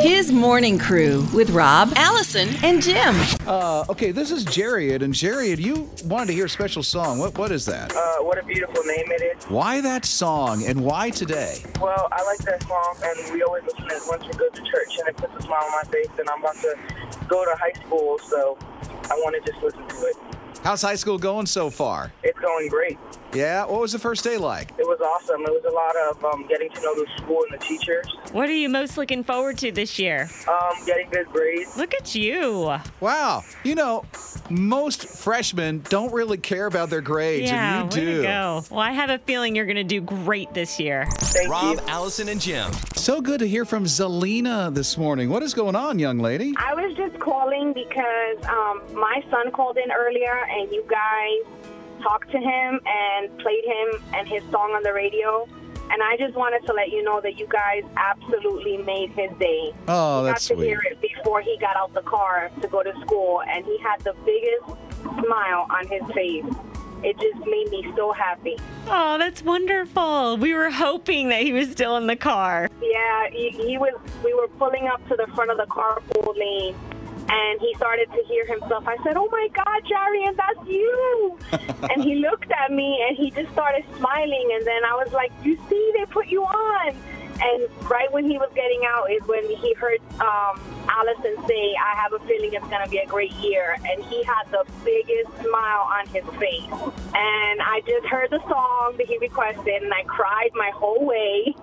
His morning crew with Rob, Allison, and Jim. Uh, okay, this is Jariot, and Jariot, you wanted to hear a special song. What what is that? Uh, what a beautiful name it is. Why that song, and why today? Well, I like that song, and we always listen to it once we go to church, and it puts a smile on my face. And I'm about to go to high school, so I want to just listen to it. How's high school going so far? It's going great. Yeah, what was the first day like? It was awesome. It was a lot of um, getting to know the school and the teachers, What are you most looking forward to this year? um, getting good grades. Look at you. Wow, you know, most freshmen don't really care about their grades, yeah, and way you do. to go. Well, I have a feeling you're going to do great this year. Thank Rob, you. Allison, and Jim. So good to hear from Zelina this morning. What is going on, young lady? I was just calling because um, my son called in earlier and you guys talked to him and played him and his song on the radio. And I just wanted to let you know that you guys absolutely made his day. Oh, he that's got to sweet. hear it before he got out the car to go to school, and he had the biggest smile on his face. It just made me so happy. Oh, that's wonderful. We were hoping that he was still in the car. Yeah, he, he was. We were pulling up to the front of the carpool lane, and he started to hear himself. I said, "Oh my God, Jerry, and that's you!" and he looked at me, and he just started smiling. And then I was like, "You see, they put you on." And right when he was getting out is when he heard um, Allison say, "I have a feeling it's going to be a great year," and he had the biggest smile on his face. And I just heard the song that he requested, and I cried my whole way.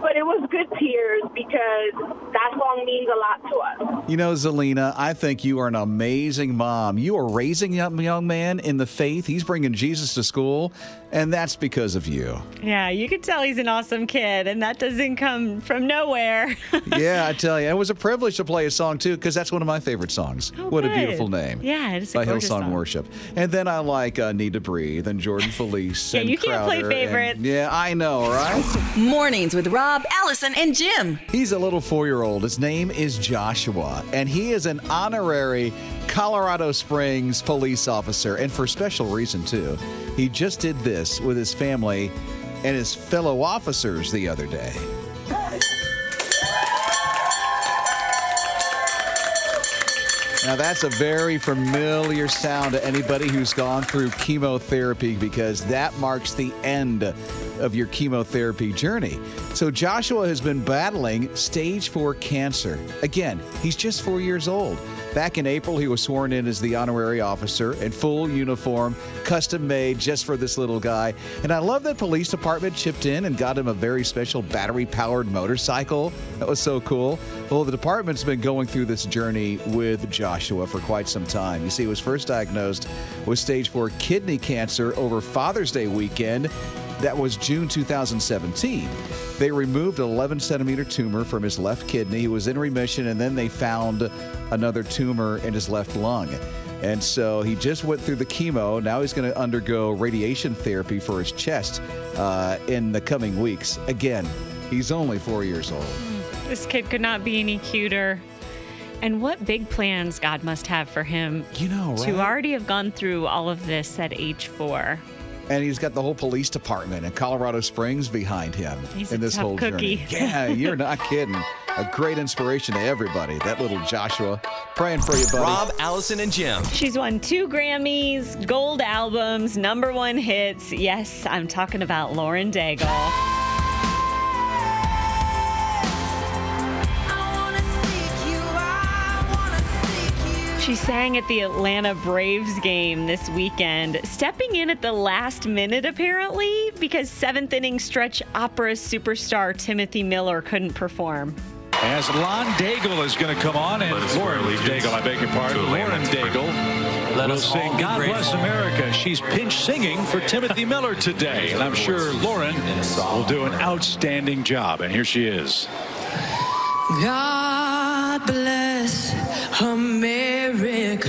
but it was good tears because that song means a lot to us. You know, Zelina, I think you are an amazing mom. You are raising a young man in the faith. He's bringing Jesus to school, and that's because of you. Yeah, you could tell he's an awesome kid, and that doesn't come from nowhere. yeah, I tell you, it was a privilege to play a song too, because that's one of my favorite songs. Oh, what a good. beautiful name! Yeah, it is a by gorgeous Hillsong song. Worship. And then I like uh, "Need to Breathe" and Jordan Felice. Yeah, and you can't play Crowder and- favorites. yeah, I know, right? Mornings with Rob, Allison, and Jim. He's a little four-year-old. His name is Joshua, and he is an honorary Colorado Springs police officer, and for special reason too. He just did this with his family and his fellow officers the other day. Now, that's a very familiar sound to anybody who's gone through chemotherapy because that marks the end of your chemotherapy journey. So, Joshua has been battling stage four cancer. Again, he's just four years old. Back in April, he was sworn in as the honorary officer in full uniform, custom made just for this little guy. And I love that police department chipped in and got him a very special battery powered motorcycle. That was so cool. Well, the department's been going through this journey with Joshua for quite some time. You see, he was first diagnosed with stage four kidney cancer over Father's Day weekend. That was June 2017. They removed an 11 centimeter tumor from his left kidney. He was in remission, and then they found another tumor in his left lung. And so he just went through the chemo. Now he's going to undergo radiation therapy for his chest uh, in the coming weeks. Again, he's only four years old. this kid could not be any cuter. And what big plans God must have for him You know, right? to already have gone through all of this at age four. And he's got the whole police department in Colorado Springs behind him He's in a this tough whole journey. cookie. Yeah, you're not kidding. A great inspiration to everybody. That little Joshua. Praying for you, buddy. Rob, Allison, and Jim. She's won two Grammys, gold albums, number one hits. Yes, I'm talking about Lauren Daigle. She sang at the Atlanta Braves game this weekend, stepping in at the last minute apparently because seventh inning stretch opera superstar Timothy Miller couldn't perform. As Lon Daigle is going to come on, and Let us swear Lauren allegiance Daigle, I beg your to pardon, the land Lauren that's free. Daigle Let will us all sing be God Bless grateful." America. She's pinch singing for Timothy Miller today, and I'm sure Lauren will do an outstanding job. And here she is. God bless America,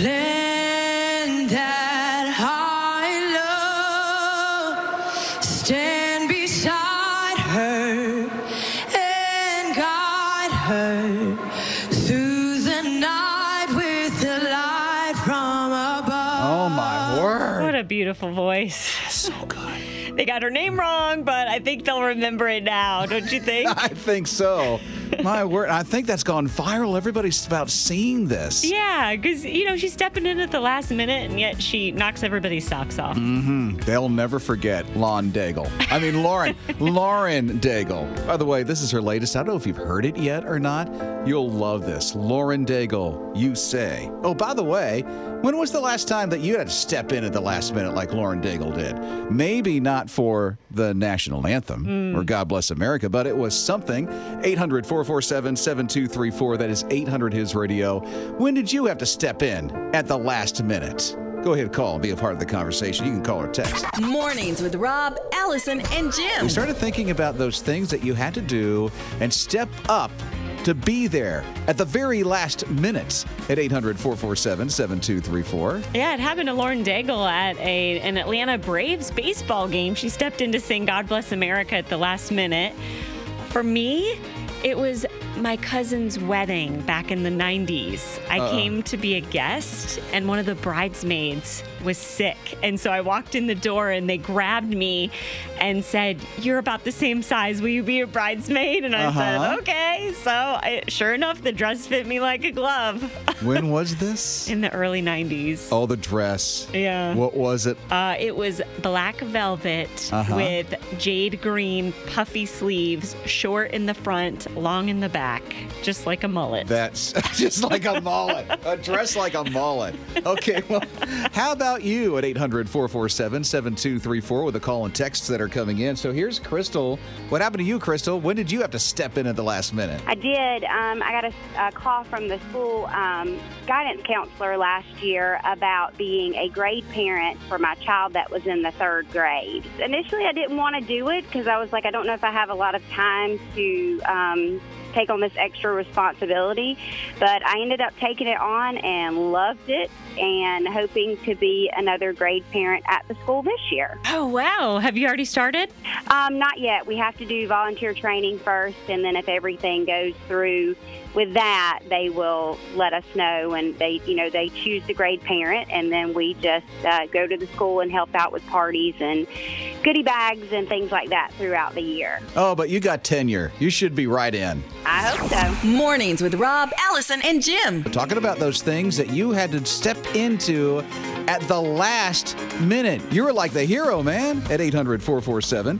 land that I love. Stand beside her and guide her through the night with the light from above. Oh, my word. What a beautiful voice. So good. They got her name wrong, but I think they'll remember it now, don't you think? I think so. My word, I think that's gone viral. Everybody's about seeing this. yeah, because, you know, she's stepping in at the last minute and yet she knocks everybody's socks off. Mm-hmm. They'll never forget Lon Daigle. I mean, Lauren, Lauren Daigle. By the way, this is her latest. I don't know if you've heard it yet or not. You'll love this. Lauren Daigle, you say. Oh, by the way, when was the last time that you had to step in at the last minute like Lauren Daigle did? Maybe not for the national anthem Mm. or God Bless America, but it was something. 800 447 7234. That is 800 His Radio. When did you have to step in at the last minute? Go ahead, call and be a part of the conversation. You can call or text. Mornings with Rob, Allison, and Jim. Oh. We started thinking about those things that you had to do and step up to be there at the very last minute at 800 447 7234. Yeah, it happened to Lauren Daigle at a, an Atlanta Braves baseball game. She stepped in to sing God Bless America at the last minute. For me, it was my cousin's wedding back in the 90s. I came to be a guest, and one of the bridesmaids was sick. And so I walked in the door, and they grabbed me and said, You're about the same size. Will you be a bridesmaid? And I Uh-huh. said, Okay. So I, sure enough, the dress fit me like a glove When was this? in the early 90s. Oh, the dress. Yeah. What was it? Uh, it was black velvet Uh-huh. with jade green puffy sleeves, short in the front, long in the back, just like a mullet. That's just like a mullet. A dress like a mullet. Okay, well, how about you at 800 447 7234 with the call and texts that are coming in? So here's Crystal. What happened to you, Crystal? When did you have to step in at the last minute? I did. Um, I got a, a call from the school um, guidance counselor last year about being a grade parent for my child that was in the third grade. Initially, I didn't want to do it because I was like, I don't know if I have a lot of time to um, take on this extra responsibility. But I ended up taking it on and loved it and hoping to be another grade parent at the school this year. Oh, wow. Have you already started? Um, not yet. We have to do volunteer training first, and then if everything goes through with that, they will let us know, and they, you know, they choose the grade parent, and then we just uh, go to the school and help out with parties and goodie bags and things like that throughout the year. Oh, but you got tenure. You should be right in. I hope so. Mornings with Rob, Allison, and Jim. Talking about those things that you had to step into at the last minute. You were like the hero, man, at 800 447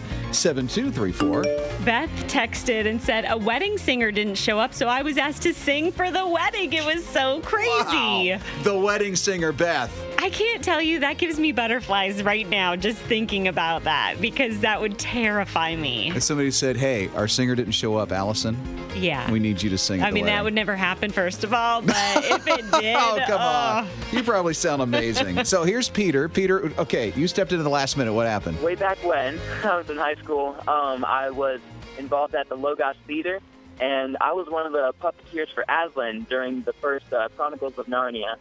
7234. Beth texted and said a wedding singer didn't show up, so I was asked to sing for the wedding. It was so crazy. The wedding singer, Beth. I can't tell you, that gives me butterflies right now just thinking about that because that would terrify me. And somebody said, hey, our singer didn't show up, Allison. Yeah. We need you to sing. At I the mean, that wedding." would never happen, first of all, but if it did, Oh, come on. oh. You probably sound amazing. so here's Peter. Peter, okay, you stepped into the last minute. What happened? Way back when I was in high school, um, I was involved at the Logos Theater, and I was one of the puppeteers for Aslan during the first uh, Chronicles of Narnia.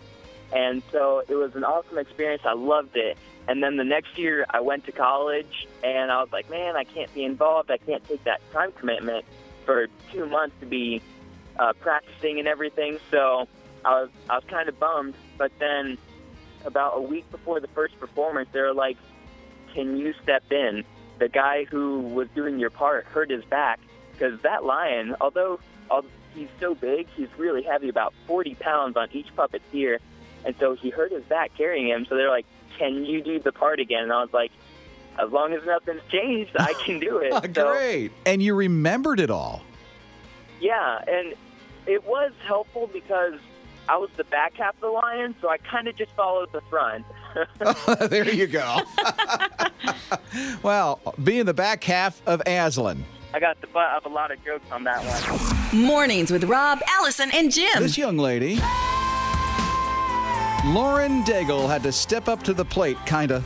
And so it was an awesome experience. I loved it. And then the next year, I went to college, and I was like, man, I can't be involved. I can't take that time commitment for two months to be uh, practicing and everything. So I was, I was kind of bummed. But then about a week before the first performance, they were like, can you step in? The guy who was doing your part hurt his back because that lion, although al- he's so big, he's really heavy, about 40 pounds on each puppet's ear. And so he hurt his back carrying him. So they're like, can you do the part again? And I was like, as long as nothing's changed, I can do it. So- Great. And you remembered it all. yeah, and it was helpful because I was the back half of the lion, so I kind of just followed the front. there you go. well, being the back half of Aslan. I got the butt of a lot of jokes on that one. Mornings with Rob, Allison, and Jim. This young lady, Lauren Daigle, had to step up to the plate, kind of,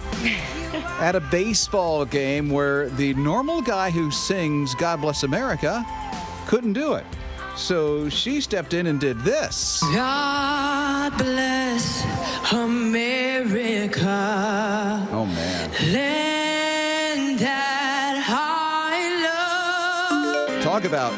at a baseball game where the normal guy who sings God Bless America couldn't do it. So she stepped in and did this. God bless America. Oh, man. Land that I love. Talk about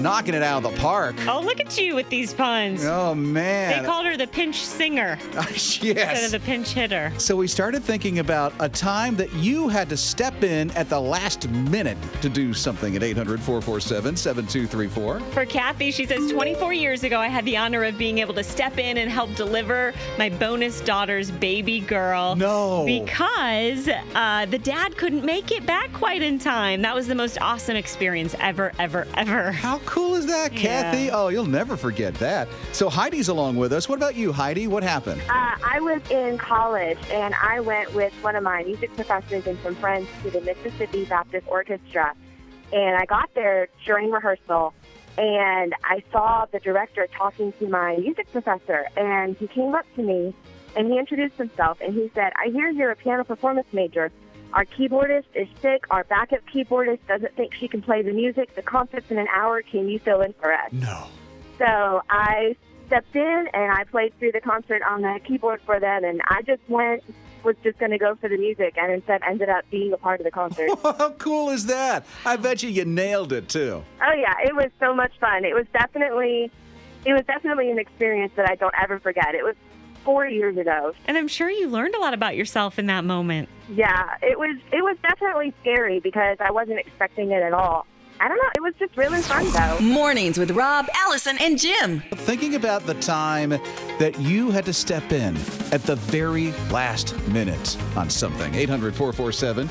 knocking it out of the park. Oh, look at you with these puns. Oh, man. Oh, They called her the pinch singer instead yes. of the pinch hitter. So we started thinking about a time that you had to step in at the last minute to do something at 800 447 7234. For Kathy, she says 24 years ago, I had the honor of being able to step in and help deliver my bonus daughter's baby girl. No. Because uh, the dad couldn't make it back quite in time. That was the most awesome experience ever, ever, ever. How cool is that, Kathy? Oh, you'll never forget that. So Heidi's along with us. What about you, Heidi? What happened? Uh, I was in college and I went with one of my music professors and some friends to the Mississippi Baptist Orchestra. And I got there during rehearsal and I saw the director talking to my music professor. And he came up to me and he introduced himself and he said, I hear you're a piano performance major. Our keyboardist is sick. Our backup keyboardist doesn't think she can play the music. The concert's in an hour. Can you fill in for us? No. So I stepped in and I played through the concert on the keyboard for them, and I just went was just going to go for the music, and instead ended up being a part of the concert. oh How cool is that? I bet you you nailed it, too. Oh, yeah, it was so much fun. It was definitely, it was definitely an experience that I don't ever forget. It was four years ago. And I'm sure you learned a lot about yourself in that moment. Yeah, it was it was definitely scary because I wasn't expecting it at all. I don't know. It was just really fun though. Mornings with Rob, Allison, and Jim. Thinking about the time that you had to step in at the very last minute on something. 800 447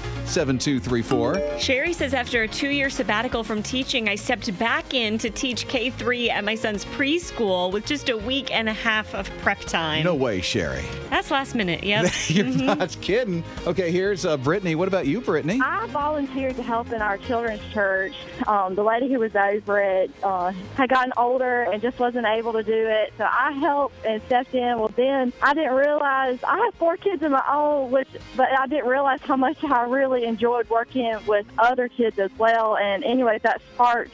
7234. Sherry says after a two year sabbatical from teaching, I stepped back in to teach K 3 at my son's preschool with just a week and a half of prep time. No way, Sherry. That's last minute, yep. You're not kidding. Okay, here's uh, Brittany. What about you, Brittany? I volunteered to help in our children's church. Um, the lady who was over it uh, had gotten older and just wasn't able to do it, so I helped and stepped in. Well, then I didn't realize I have four kids of my own, which but I didn't realize how much I really enjoyed working with other kids as well. And anyway, that sparked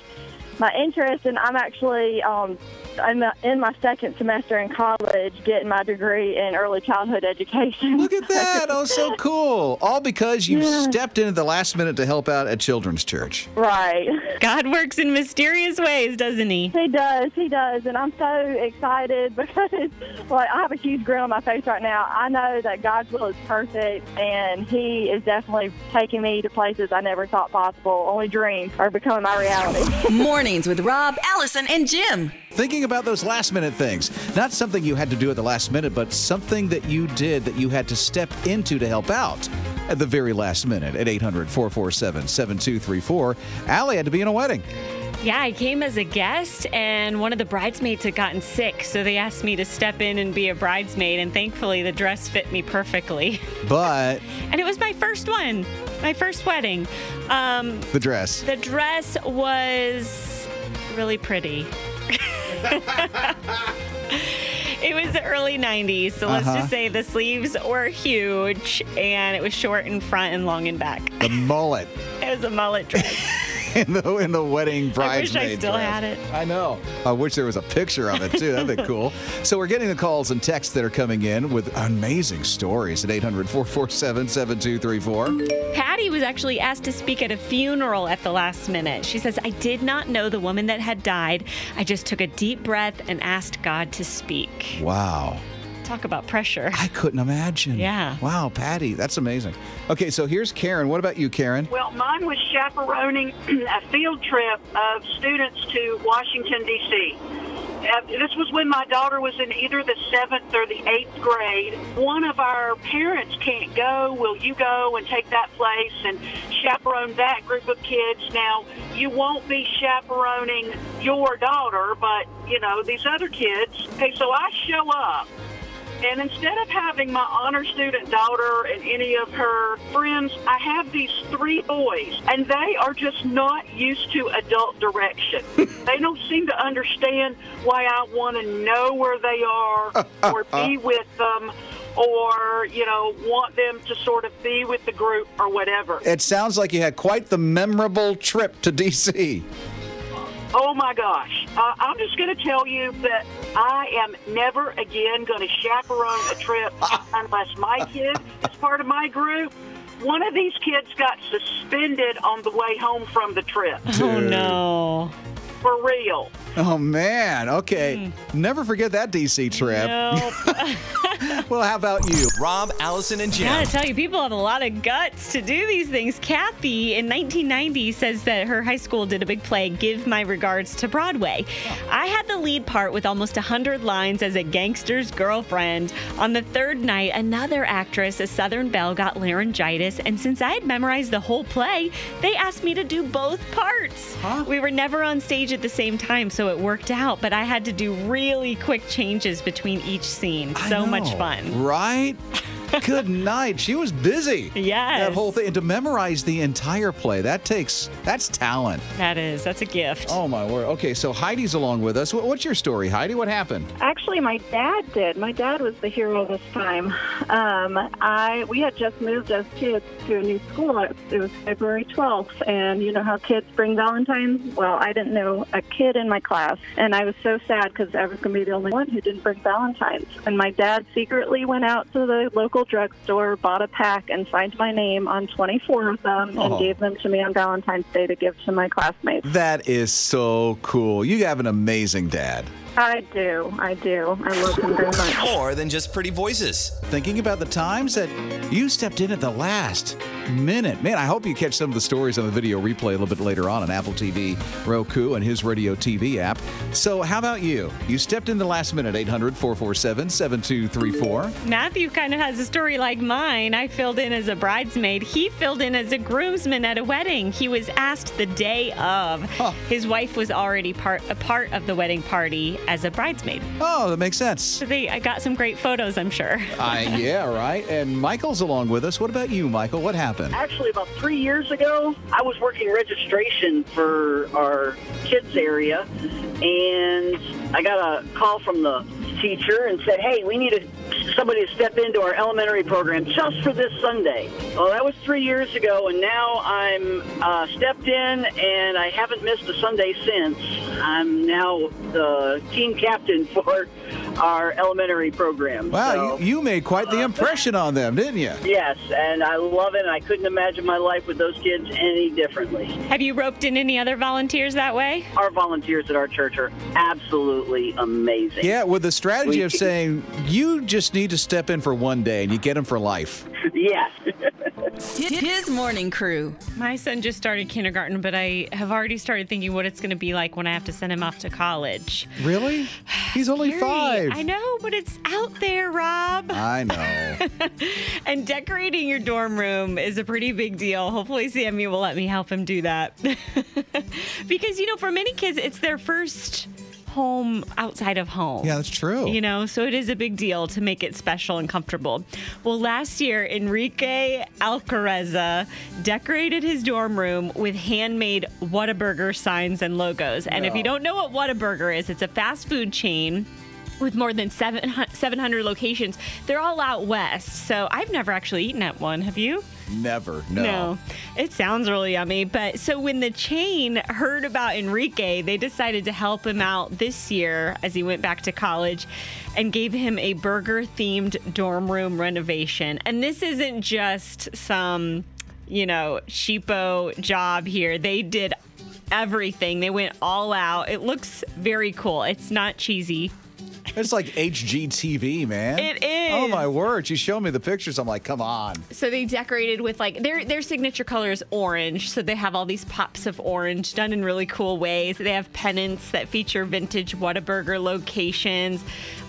my interest, and I'm actually um, I'm in my second semester in college, getting my degree in early childhood education. Look at that. Oh, so cool. All because you Yeah. stepped in at the last minute to help out at Children's Church. right. God works in mysterious ways, doesn't he? He does, he does, and I'm so excited because like I have a huge grin on my face right now. I know that God's will is perfect, and He is definitely taking me to places I never thought possible. Only dreams are becoming my reality. Mornings with Rob, Allison, and Jim. Thinking about those last minute things. Not something you had to do at the last minute, but something that you did that you had to step into to help out at the very last minute at 800 447 7234. Allie had to be in a wedding. Yeah, I came as a guest, and one of the bridesmaids had gotten sick, so they asked me to step in and be a bridesmaid, and thankfully the dress fit me perfectly. But And it was my first one, my first wedding. Um, the dress. the dress was really pretty. It was the early 90s, so let's Uh-huh. just say the sleeves were huge and it was short in front and long in back. The mullet It was a mullet dress. in the in the wedding bridesmaid. still dress. had it. I know. I wish there was a picture of it too. That'd be cool. So we're getting the calls and texts that are coming in with amazing stories at 800 447 7234. Patty was actually asked to speak at a funeral at the last minute. She says, I did not know the woman that had died. I just took a deep breath and asked God to speak. Wow. Talk about pressure. I couldn't imagine. Yeah. Wow, Patty, that's amazing. Okay, so here's Karen. What about you, Karen? Well, mine was chaperoning a field trip of students to Washington, D.C. Uh, This was when my daughter was in either the seventh or the eighth grade. One of our parents can't go. Will you go and take that place and chaperone that group of kids? Now, you won't be chaperoning your daughter, but, you know, these other kids. Okay, so I show up. And instead of having my honor student daughter and any of her friends, I have these three boys, and they are just not used to adult direction. they don't seem to understand why I want to know where they are or be with them or, you know, want them to sort of be with the group or whatever. It sounds like you had quite the memorable trip to DC. Oh my gosh. Uh, I'm just going to tell you that I am never again going to chaperone a trip unless my kid is part of my group. One of these kids got suspended on the way home from the trip. Oh no. for real. Oh man. Okay. Hmm. Never forget that DC trip. well, how about you? Rob, Allison, and I Jim. gotta tell you, people have a lot of guts to do these things. Kathy in 1990 says that her high school did a big play, Give My Regards to Broadway. I had the lead part with almost 100 lines as a gangster's girlfriend. On the third night, another actress, a Southern Belle, got laryngitis, and since I had memorized the whole play, they asked me to do both parts. We were never on stage at the same time, so it worked out, but I had to do really quick changes between each scene. So much Oh, fun. Right? Good night. She was busy. Yes. That whole thing. And to memorize the entire play, that takes, that's talent. That is. That's a gift. Oh, my word. Okay, so Heidi's along with us. What- What's your story, Heidi? What happened? Actually, my dad did. My dad was the hero this time. Um, I we had just moved as kids to a new school. It was February 12th, and you know how kids bring Valentine's. Well, I didn't know a kid in my class, and I was so sad because I was going to be the only one who didn't bring Valentine's. And my dad secretly went out to the local drugstore, bought a pack, and signed my name on 24 of them, Oh. and gave them to me on Valentine's Day to give to my classmates. That is so cool. You have an amazing dad. I do. I do. I love him very much. Oh, More than just pretty voices. Thinking about the times that you stepped in at the last minute. Man, I hope you catch some of the stories on the video replay a little bit later on on Apple TV, Roku, and his radio TV app. So, how about you? You stepped in the last minute, 800 447 7234. Matthew kind of has a story like mine. I filled in as a bridesmaid. He filled in as a groomsman at a wedding. He was asked the day of. His wife was already part a part of the wedding party as a bridesmaid. Oh, that makes sense. So they, I got some great photos, I'm sure. I Uh, yeah, right. And Michael's along with us. What about you, Michael? What happened? Actually, about three years ago, I was working registration for our kids area, and I got a call from the teacher and said, "Hey, we need a, somebody to step into our elementary program just for this Sunday." Well, that was three years ago, and now I'm uh, stepped in, and I haven't missed a Sunday since. I'm now the team captain for our elementary program. Wow, you, you made quite the impression on them, didn't you? Yes, and I love it. And I couldn't imagine my life with those kids any differently. Have you roped in any other volunteers that way? Our volunteers at our church are absolutely amazing. Yeah, with the strategy We- of saying you just need to step in for one day and you get them for life. Yes. His morning crew. My son just started kindergarten, but I have already started thinking what it's going to be like when I have to send him off to college. Really? He's only Scary. five. I know, but it's out there, Rob. I know. And decorating your dorm room is a pretty big deal. Hopefully, Sammy will let me help him do that. because, you know, for many kids, it's their first home outside of home. Yeah, that's true. You know, so it is a big deal to make it special and comfortable. Well, last year, Enrique Alcareza decorated his dorm room with handmade Whataburger signs and logos. And if No. you don't know what Whataburger is, it's a fast food chain. With more than 700 700 locations. They're all out west. So I've never actually eaten at one. Have you? Never. No. It sounds really yummy. But so when the chain heard about Enrique, they decided to help him out this year as he went back to college and gave him a burger themed dorm room renovation. And this isn't just some, you know, cheapo job here. They did everything, they went all out. It looks very cool. It's not cheesy. It's like HGTV, man. It Oh is. my word! You show me the pictures. I'm like, come on. So they decorated with like their their signature color is orange. So they have all these pops of orange done in really cool ways. They have pennants that feature vintage Whataburger locations,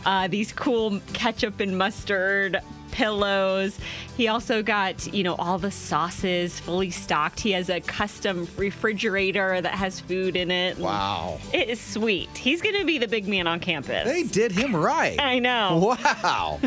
uh, these cool ketchup and mustard pillows. He also got you know all the sauces fully stocked. He has a custom refrigerator that has food in it. Wow. It is sweet. He's gonna be the big man on campus. They did him right. I know. Wow.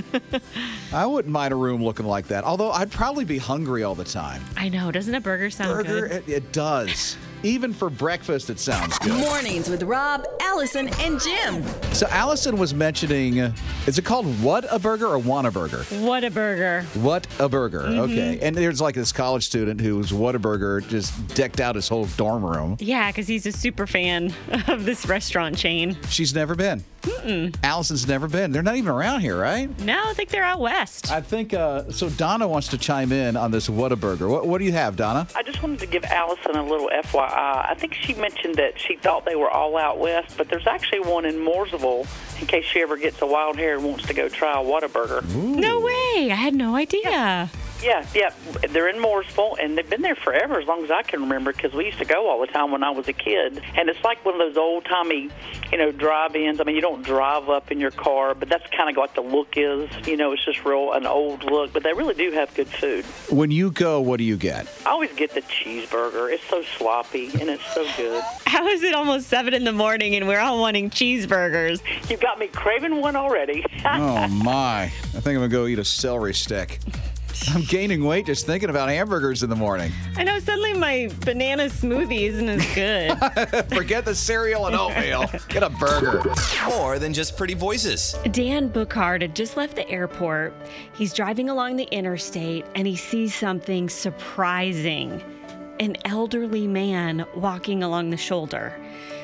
I wouldn't mind a room looking like that. Although I'd probably be hungry all the time. I know. Doesn't a burger sound good? Burger, it, it does. Even for breakfast, it sounds good. Mornings with Rob, Allison, and Jim. So Allison was mentioning Is it called What a Burger or Want a Burger? What a burger. What a burger. Mhm. Okay. And there's like this college student who's Whataburger just decked out his whole dorm room. Yeah, because he's a super fan of this restaurant chain. She's never been. Mm-mm. Allison's never been. They're not even around here, right? No, I think they're out west. I think uh, so. Donna wants to chime in on this Whataburger. What, what do you have, Donna? I just wanted to give Allison a little FYI. I think she mentioned that she thought they were all out west, but there's actually one in Mooresville in case she ever gets a wild hair and wants to go try a Whataburger. No way. I had no idea. Yeah, yeah. They're in Mooresville, and they've been there forever, as long as I can remember, because we used to go all the time when I was a kid. And it's like one of those old timey, you know, drive ins. I mean, you don't drive up in your car, but that's kind of what the look is. You know, it's just real an old look, but they really do have good food. When you go, what do you get? I always get the cheeseburger. It's so sloppy, and it's so good. How is it almost seven in the morning and we're all wanting cheeseburgers? You got me craving one already. Oh my! I think I'm gonna go eat a celery stick. I'm gaining weight just thinking about hamburgers in the morning. I know suddenly my banana smoothie isn't as good. Forget the cereal and oatmeal. Get a burger. More than just pretty voices. Dan Bookhart had just left the airport. He's driving along the interstate and he sees something surprising an elderly man walking along the shoulder.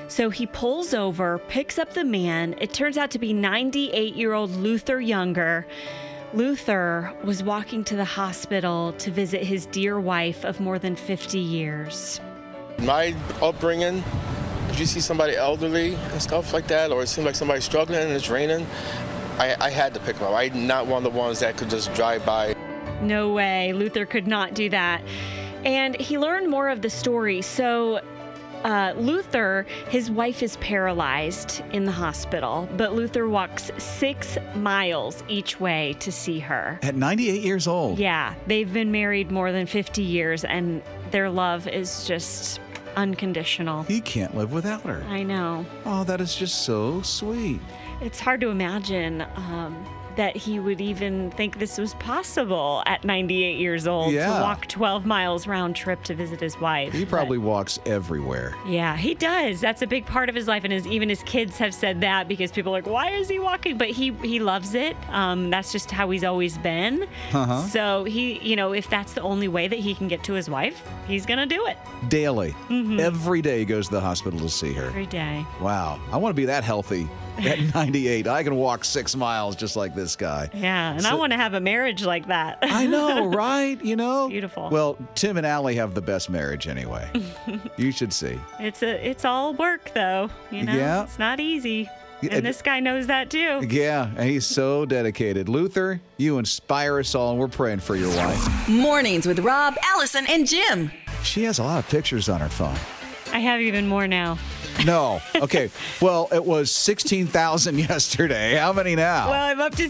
So he pulls over, picks up the man. It turns out to be 98 year old Luther Younger. Luther was walking to the hospital to visit his dear wife of more than 50 years. My upbringing, if you see somebody elderly and stuff like that, or it seems like somebody's struggling and it's raining, I, I had to pick them up. I'm not one of the ones that could just drive by. No way. Luther could not do that. And he learned more of the story. So, uh, Luther, his wife is paralyzed in the hospital, but Luther walks six miles each way to see her. At 98 years old. Yeah, they've been married more than 50 years, and their love is just unconditional. He can't live without her. I know. Oh, that is just so sweet. It's hard to imagine um, that he would even think this was possible at 98 years old Yeah. to walk 12 miles round trip to visit his wife. He But- probably walks everywhere. yeah, he does. That's a big part of his life, and his, even his kids have said that because people are like, "Why is he walking?" But he he loves it. Um, that's just how he's always been. Uh-huh. So he, you know, if that's the only way that he can get to his wife, he's gonna do it Daily. Mhm. Every day he goes to the hospital to see her. every day. Wow. I want to be that healthy at 98. I can walk six miles just like this guy. Yeah, and I So- want to have a marriage like that. I know, right? You know? beautiful. Well, Tim and Allie have the best marriage anyway. you should see. It's a it's all work though, you know. Yeah. It's not easy. Yeah, it- And this guy knows that too. Yeah, and he's so dedicated. Luther, you inspire us all, and we're praying for your wife. Mornings with Rob, Allison, and Jim. She has a lot of pictures on her phone. I have even more now. No. Okay. well, it was 16,000 yesterday. How many now? Well, I'm up to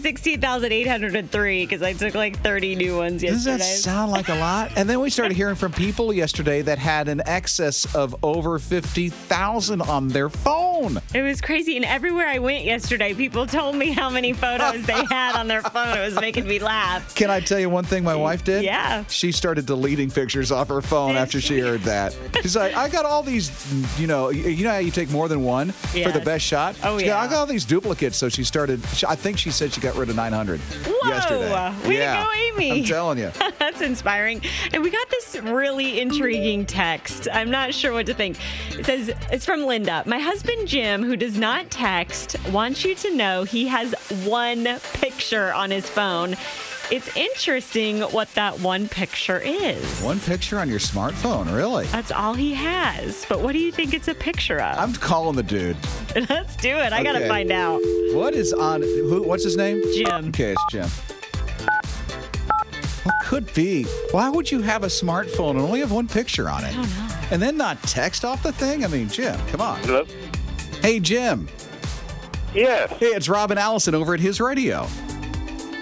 16,803 because I took like 30 new ones Does yesterday. that sound like a lot? And then we started hearing from people yesterday that had an excess of over 50,000 on their phone. It was crazy. And everywhere I went yesterday, people told me how many photos they had on their phone. It was making me laugh. Can I tell you one thing my wife did? Yeah. She started deleting pictures off her phone after she heard that. She's like, I got all these, you know, you know how you take more than one for the Yes. best shot? Oh, She got- I yeah. got all these duplicates. So she started, she- I think she said she got rid of 900 Whoa! yesterday. Way yeah. to go, Amy. I'm telling you. That's inspiring. And we got this really intriguing text. I'm not sure what to think. It says, it's from Linda. My husband, Jim, who does not text, wants you to know he has one picture on his phone. It's interesting what that one picture is. One picture on your smartphone, really? That's all he has. But what do you think it's a picture of? I'm calling the dude. Let's do it. I got to Okay. find out. What is on? Who? What's his name? Jim. Okay, it's Jim. What could be? Why would you have a smartphone and only have one picture on it? And then not text off the thing? I mean, Jim, come on. Hello. Hey, Jim. Yes. Hey, it's Robin Allison over at his radio.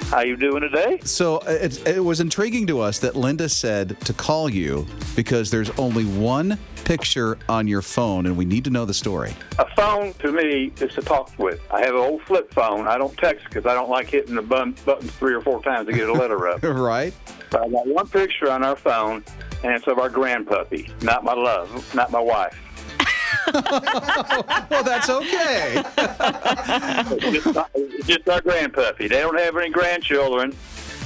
How you doing today? So uh, it's, it was intriguing to us that Linda said to call you because there's only one picture on your phone, and we need to know the story. A phone to me is to talk with. I have an old flip phone. I don't text because I don't like hitting the bun- buttons three or four times to get a letter up. right. But I got one picture on our phone, and it's of our grandpuppy, not my love, not my wife. well, that's okay. It's just, not- it's just our grandpuppy. They don't have any grandchildren,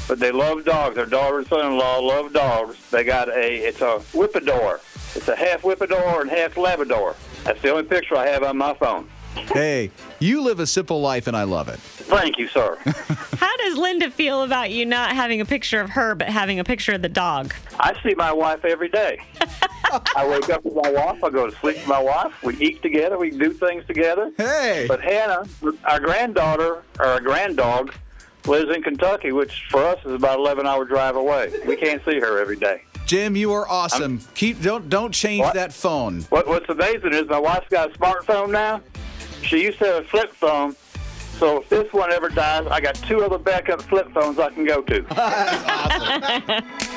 but they love dogs. Their daughter and son-in-law love dogs. They got a it's a whippador. It's a half whippador and half labrador. That's the only picture I have on my phone. hey, you live a simple life, and I love it. Thank you, sir. How does Linda feel about you not having a picture of her, but having a picture of the dog? I see my wife every day. I wake up with my wife. I go to sleep with my wife. We eat together. We do things together. Hey! But Hannah, our granddaughter or our granddog, lives in Kentucky, which for us is about 11 hour drive away. We can't see her every day. Jim, you are awesome. Keep don't don't change that phone. What, what's amazing is my wife's got a smartphone now. She used to have a flip phone. So if this one ever dies, I got two other backup flip phones I can go to.